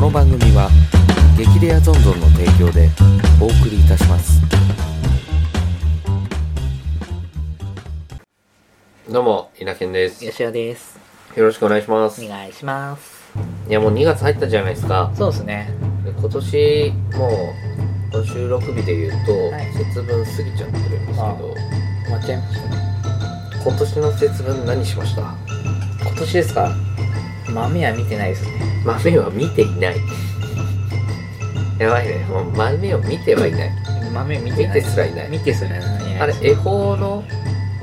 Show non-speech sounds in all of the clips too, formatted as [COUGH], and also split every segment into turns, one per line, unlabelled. の番組は激レアゾンゾンの提供でお送りいたしますどうも稲健ですよ
吉田です。
ろしくお願いします
お
い
願いします。
やもう2月入ったじゃないですか
そうですね。
で今年もうこの収録日で言うと、
はい
節分過ぎちゃってるんですけ
あ
ど
終わっちゃいましたね。
今年の節分何しました
今年ですか豆は見てないですね。
豆は見ていない [LAUGHS] やばいねもう豆を見てはいない
豆見
見
てない。
てすらいない
見てすらない。
あれ恵方の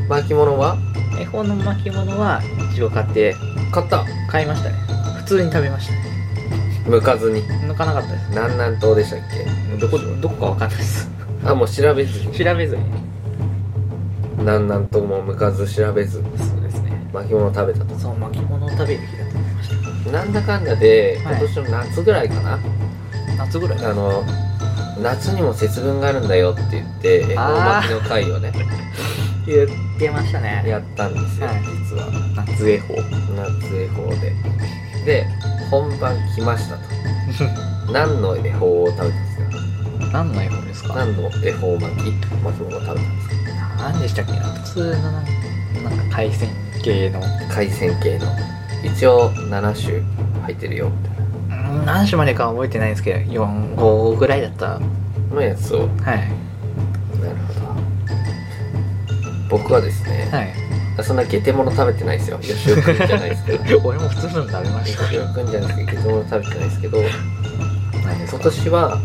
巻物は
恵方の巻物は一応買って、
買った
買いましたね。普通に食べましたね。
向かずに
抜かなかったです。
南南東でしたっ
どこ、どこかわかんないです。
けあもう調べずに
調べずに。
南南東も向かず調べず
そうですね。
巻物食べたと
そう、巻物を食べる日だと思いまし
なんだかんだで
はい
今年の夏ぐらいかな、
た。夏ぐらい
あの夏にも節分があるんだよって言って恵方巻きの会
[LAUGHS]
をね
言ってましたね。
やったんですよ、
はい
実は
夏恵方。
夏恵方でで本番来ま
[LAUGHS]
したと何の恵方を食べたんですか
何の恵方ですか
何の恵方巻き巻物を食べたんですか
何でしたっけな普通のなんかなんか海鮮系の。
海鮮系の一応7種入ってるよみたいな
うん何種までかは覚えてないんですけど4 5ぐらいだったは
のやつを
い
なるほど僕はですね、
はい
そんなゲテモノ食べてないですよ吉尾くんじゃないですけど
俺も普通の食べました
吉尾くんじゃないですけどゲテモノ食べてないですけど
何です
今
か
年は
はい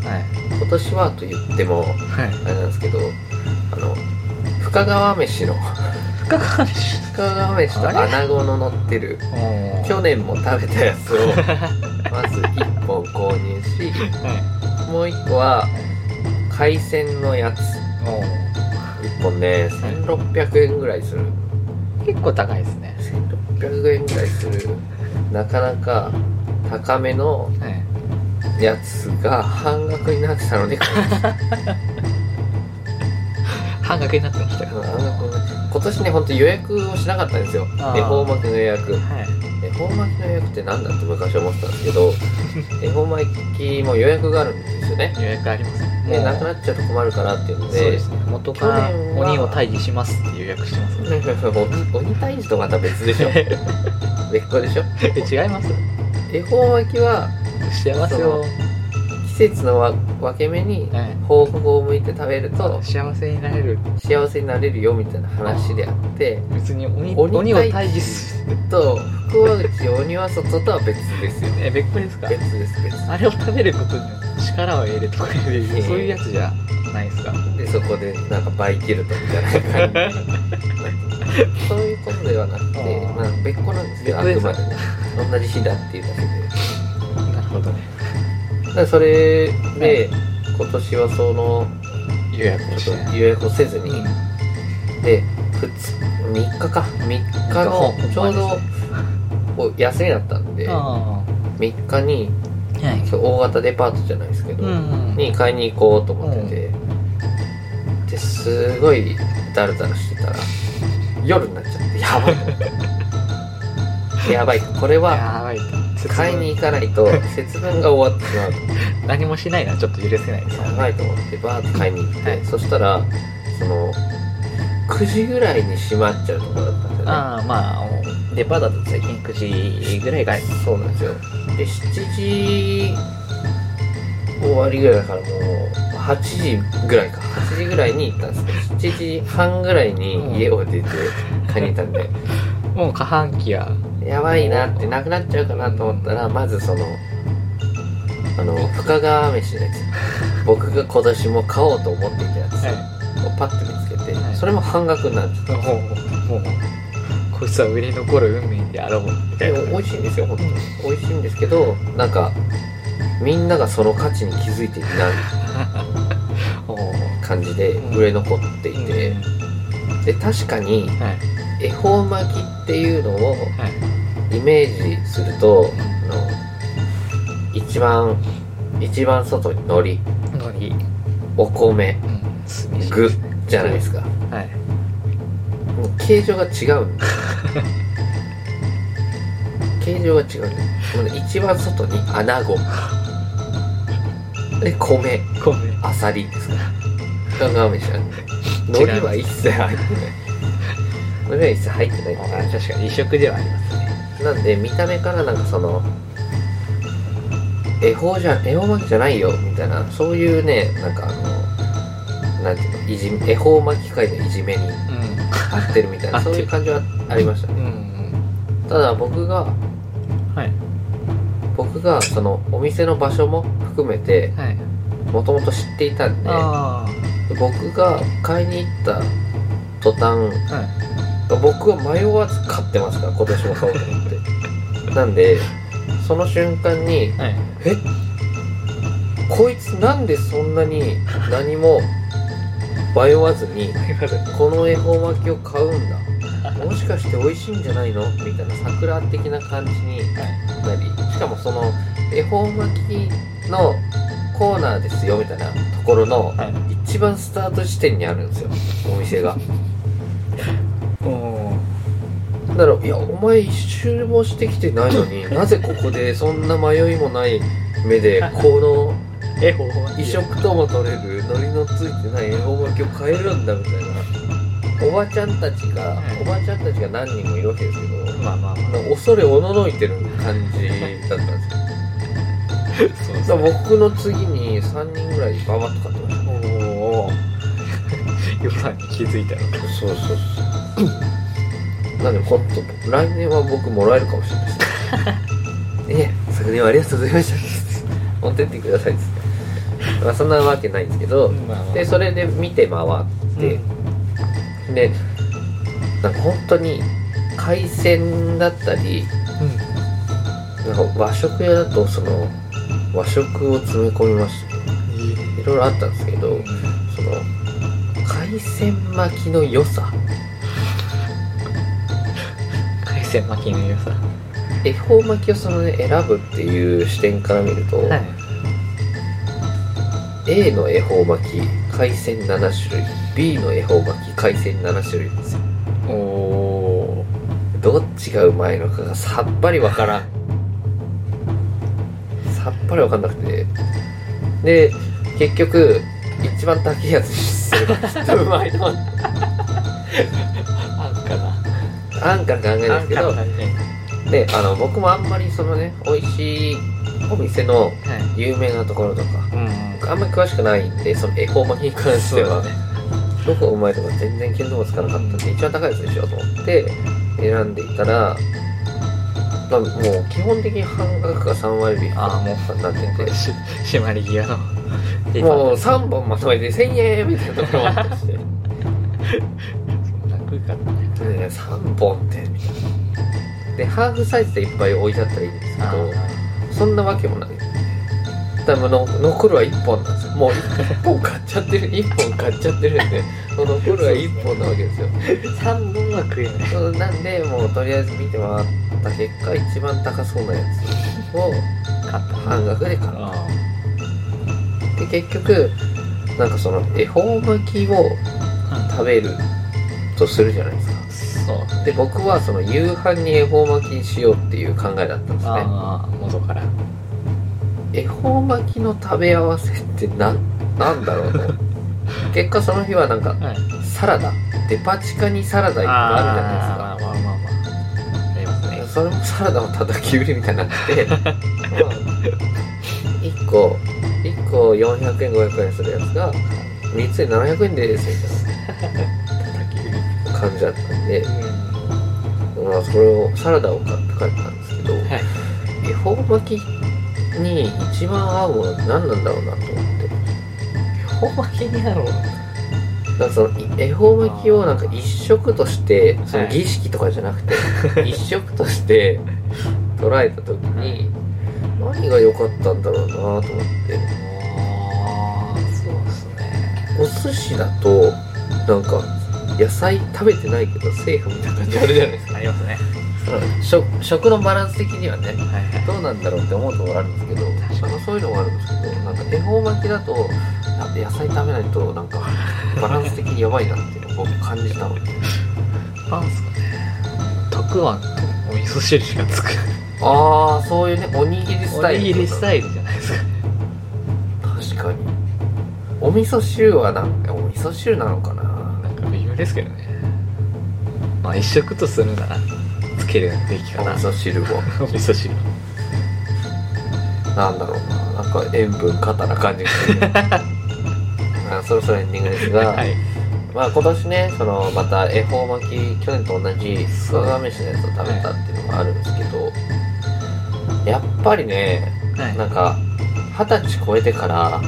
今年はと言っても
はい
あれなんですけどあの深川飯の
深川飯
深川飯と穴子の乗ってる
お
去年も食べたやつをまず1本購入し
は
もう1個はい海鮮のやつ
お
1本ね1600円ぐらいする
ー結構高いですね
1600円ぐらいするなかなか高めの
はい
やつが半額になってたの
[LAUGHS]
で半
半額になってましたか
額になって今年ね本当予約をしなかったんですよ
あー
恵方巻きの予約
はい
恵方巻きの予約って何だって昔思ってたんですけ
[LAUGHS]
ど恵方巻きも予約があるんですよね
予約あります
ね、なく
も
な
う
っちゃうと困るからっていうの
そう
で
ですね元から
去年は
鬼を退治しますって予約してますね
鬼鬼退治とまた別で
[LAUGHS]
しょ別個でしょ
え違います
恵方巻きは
してますよ
季節のわ分け目に
はい
報告を向いて食べると
幸せになれる
幸せになれるよみたいな話であって
別に鬼
鬼退治
鬼を退治する
と福は内鬼は外とは別ですよ
え別個ですか
別です別
あれを食べることに力を入れてくれる、
ええ
そういうやつじゃないですか。
でそこでなんかバイキルトみたいな感じそういうことではなくて、
あー
まあ、別個なんですけどあく
別個
ま
です
でね同じ日だっていうだけで
なるほどね。
だからそれで今年はその
予約を
ち
し
ょっと
て。
予約をせずに、
うん
で2日3日か3日の
ほんまですね
ちょうどこう休みだったんで
あ
3日に
あ。はい。
そう大型デパートじゃないですけど、
うん。
に買いに行こうと思ってて、ですごいダルダルしてたら夜になっちゃってやば
[LAUGHS]
いやばいこれは
やばい。
買いに行かないと節分が終わってしまう
何もしないのはちょっと許せないです。
やばいと思ってバーッと買いに行って、
はい
そしたらその9時ぐらいに閉まっちゃうところだったんですよね
ああ、まあ、デパートだと最近9時ぐらいが。
そうなんですよで7時終わりぐらいだからもう8時ぐらいか8時ぐらいに行ったんですけど7時半ぐらいに家を出て買いに行ったん
[LAUGHS]
で、
もう下半期は。
やばいなってなくなっちゃうかなと思ったらまずそのあの深川飯の
[LAUGHS]
やつ僕が今年も買おうと思っていたやつ
は
をパッと見つけて、
はい
それも半額になっちゃっ
い。もう、もう、こいつは売れ残る運命であろう。みた
てで
いな
も美味しいんですよ本当に美味しいんですけどなんかみんながその価値に気づいていない
おう
感じで売れ残っていて、で確かに
はい。
恵方巻きっていうのを
はい。
イメージするとあの一番一番外に海苔
のり。
お米
うん。酢飯
具じゃないですか
はい。 [LAUGHS]
もう形状が違うんです形状が違うんですまず一番外に穴子で米
米
アサリですかガンガン飯なんで海苔は一切入ってない海苔は一切入ってないんで
あ確かに異色ではありますね
なんで見た目からなんかその恵方じゃ恵方巻きじゃないよみたいなそういうねなんかあのなんていうのいじめ恵方巻き界のいじめに合ってるみたい
合
な
っ
そ
て
う
る
いう感じはありましたね
うんうん
ただ僕が
うんはい
僕がそのお店の場所も含めて
はい
もともと知っていたんで
あ
僕が買いに行った途端
あはい
僕は迷わず買ってますから今年もそうと思ってなんでその瞬間に
はい
えこいつなんでそんなに何も迷わずにこの恵方巻きを買うんだもしかして美味しいんじゃないのみたいな桜的な感じになりしかもその恵方巻きのコーナーですよみたいなところの
はい
一番スタート地点にあるんですよお店が
おお
だからいやお前一周もしてきてないのになぜここでそんな迷いもない目でこの
えほほ
異色とも取れる海苔のついてない恵方巻きを買えるんだみたいなおばちゃんたちが
はい
おばちゃんたちが何人もいるわけですけど
まあまあまあ
なんか恐れおののいてる感じだったんですよ
そう
だから僕の次に3人ぐらいババッと買ってまし
おお予算に気づいたの
た
か
そうそうそうなんで本当来年は僕もらえるかもしれないですね [LAUGHS] ね昨年はありがとうございました持ってってくださいっつってまあそんなわけないんですけど
まあまあ
でそれで見て回って、でなんか本当に海鮮だったりなんか和食屋だとその和食を詰め込みましたね
う
いろいろあったんですけど
んいい
その海鮮巻きの良さ
海鮮巻きの良さは
恵方巻きをその、ね、選ぶっていう視点から見ると、
い
A の恵方巻き海鮮7種類 B の恵方巻き海鮮7種類ですよ
おお
どっちがうまいのかがさっぱりわからんさっぱりわかんなくてで結局一番高いやつにすればきっとうまいと思って
あんかな
あんから考えるんですけど
はい
であの僕もあんまりそのね美味しいお店の有名なところとか
うん
僕あんまり詳しくないんでその恵方巻きに関しては、
ね
どこがうまいとか全然見当もつかなかったんで一番高いやつにしようと思って選んでいたら、まあ、もう基本的に半額が3割引き
ああもう
になって
し締まり際の
てもう3本まとめて1000円みたいなところもあったりしてね
そんな食うかったね
[LAUGHS] え3本ってみたいなでハーフサイズでいっぱい置いてあったらいいんですけ
あ
どそんなわけもない。多分の残るは1本なんですよ。もう1本買っちゃってる、1本買っちゃってるんで、 [LAUGHS] もう残るは1本なわけです
[LAUGHS]
よ。
3本は食えない
そうなんで、もうとりあえず見て回った結果、一番高そうなやつを
買った
半額で買っ
あ
て、結局、なんかその恵方巻きを
あ
食べるとするじゃないですか。
そう
で、僕はその夕飯に恵方巻きにしようっていう考えだったんですね。
ああ元から
恵方巻きの食べ合わせってなんなんだろうと結果その日はなんか
はい
サラダデパ地下にサラダいっぱいあ
あーまあまあまああります
るじゃない
ね
ですかそれもサラダのたたき売りみたいになって
[LAUGHS]
1個1個400円500円するやつが3つで700円ですみたいな感じだったんで、まあ、それをサラダを買って帰ったんですけど、
はい
恵方巻きに一番合うものって何なんだろうなと思って
ほんま気になろう
なんかそのい恵方巻きをなんか一食としてその
はい
儀式とかじゃなくて、
[LAUGHS]
一食として捉えた時に何が良かったんだろうなと思って
ああそうですね
お寿司だとなんか野菜食べてない [LAUGHS] けどセーフみたいな感じあるじゃないですか
ありますね
食食のバランス的にはね
はいはい
どうなんだろうって思うところあるんですけど
確かに
あのそういうのもあるんですけどなんか恵方巻きだとなんか野菜食べないとなんかバランス的にやばいなっていうのを僕感じたので。
なんすかねたくあんとお味噌汁がつく
あああそういうねおにぎりス
お
タイ
に
ル
ぎりス
イ
タイルじゃないですか
ル確かにお味噌汁はなんかお味噌汁なのかな
なんか微妙ですけどねまあ一食とするならつけるべきか
お
な
味噌汁を
お味噌汁
なんだろうななんか塩分過多な感じがするあそろそろエンディングですが、
はい
まあ今年ねそのまた恵方巻き去年と同じ
そう
釜飯のやつを食べたっていうのがあるんですけど、やっぱりね
はい
なんか二十歳超えてから
はい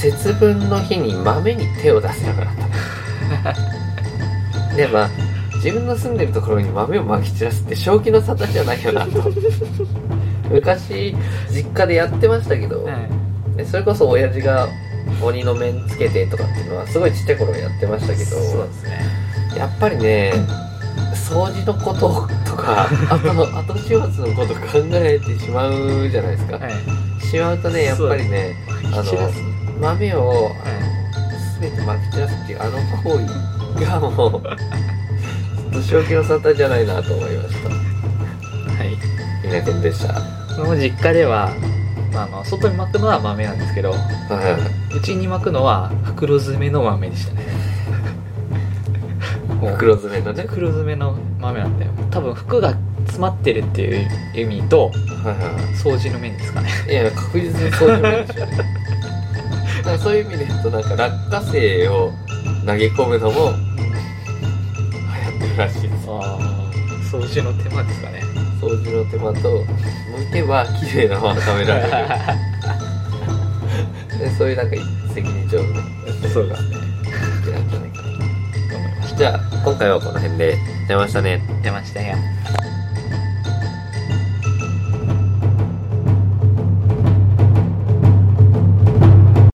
節分の日に豆に手を出せなくな
[LAUGHS]
った。で、まあ、自分の住んでるところに豆をまき散らすって正気の沙汰じゃないよなと。昔、実家でやってましたけど、
は
でそれこそ親父が鬼の面つけてとかっていうのはすごいちっちゃい頃やってました
い
け
そう
ど
で、すね
やっぱりね、掃除のことと
[LAUGHS]
か、あと、後始末のこと考えてしまうじゃないですか。
はい
しまうとね、やっぱりね、あの
散らす
豆を
は
全てまき散らすっていうあの行為がもう年明けの沙汰じゃないなと思いました
いはい
稲君でしたは
僕も実家では、まあ、あの外に巻くのは豆なんですけどうちに巻くのは袋詰めの豆でしたね
い袋詰めのね
袋詰めの豆なんだよ多分服が詰まってるっていう意味と
はいは
掃除の面ですかね
いいや確実にそうじゃないでしょうねだからそういう意味で言うとなんか落花生を投げ込むのも流行ってるらしいです
あ掃除の手間ですかね
掃除の手間と剥けば綺麗なまま食べられるでそういうなんか一石二鳥の
[LAUGHS] そうですね
一石なんじゃないかなじゃあ今回はこの辺で出ましたね
出ましたよ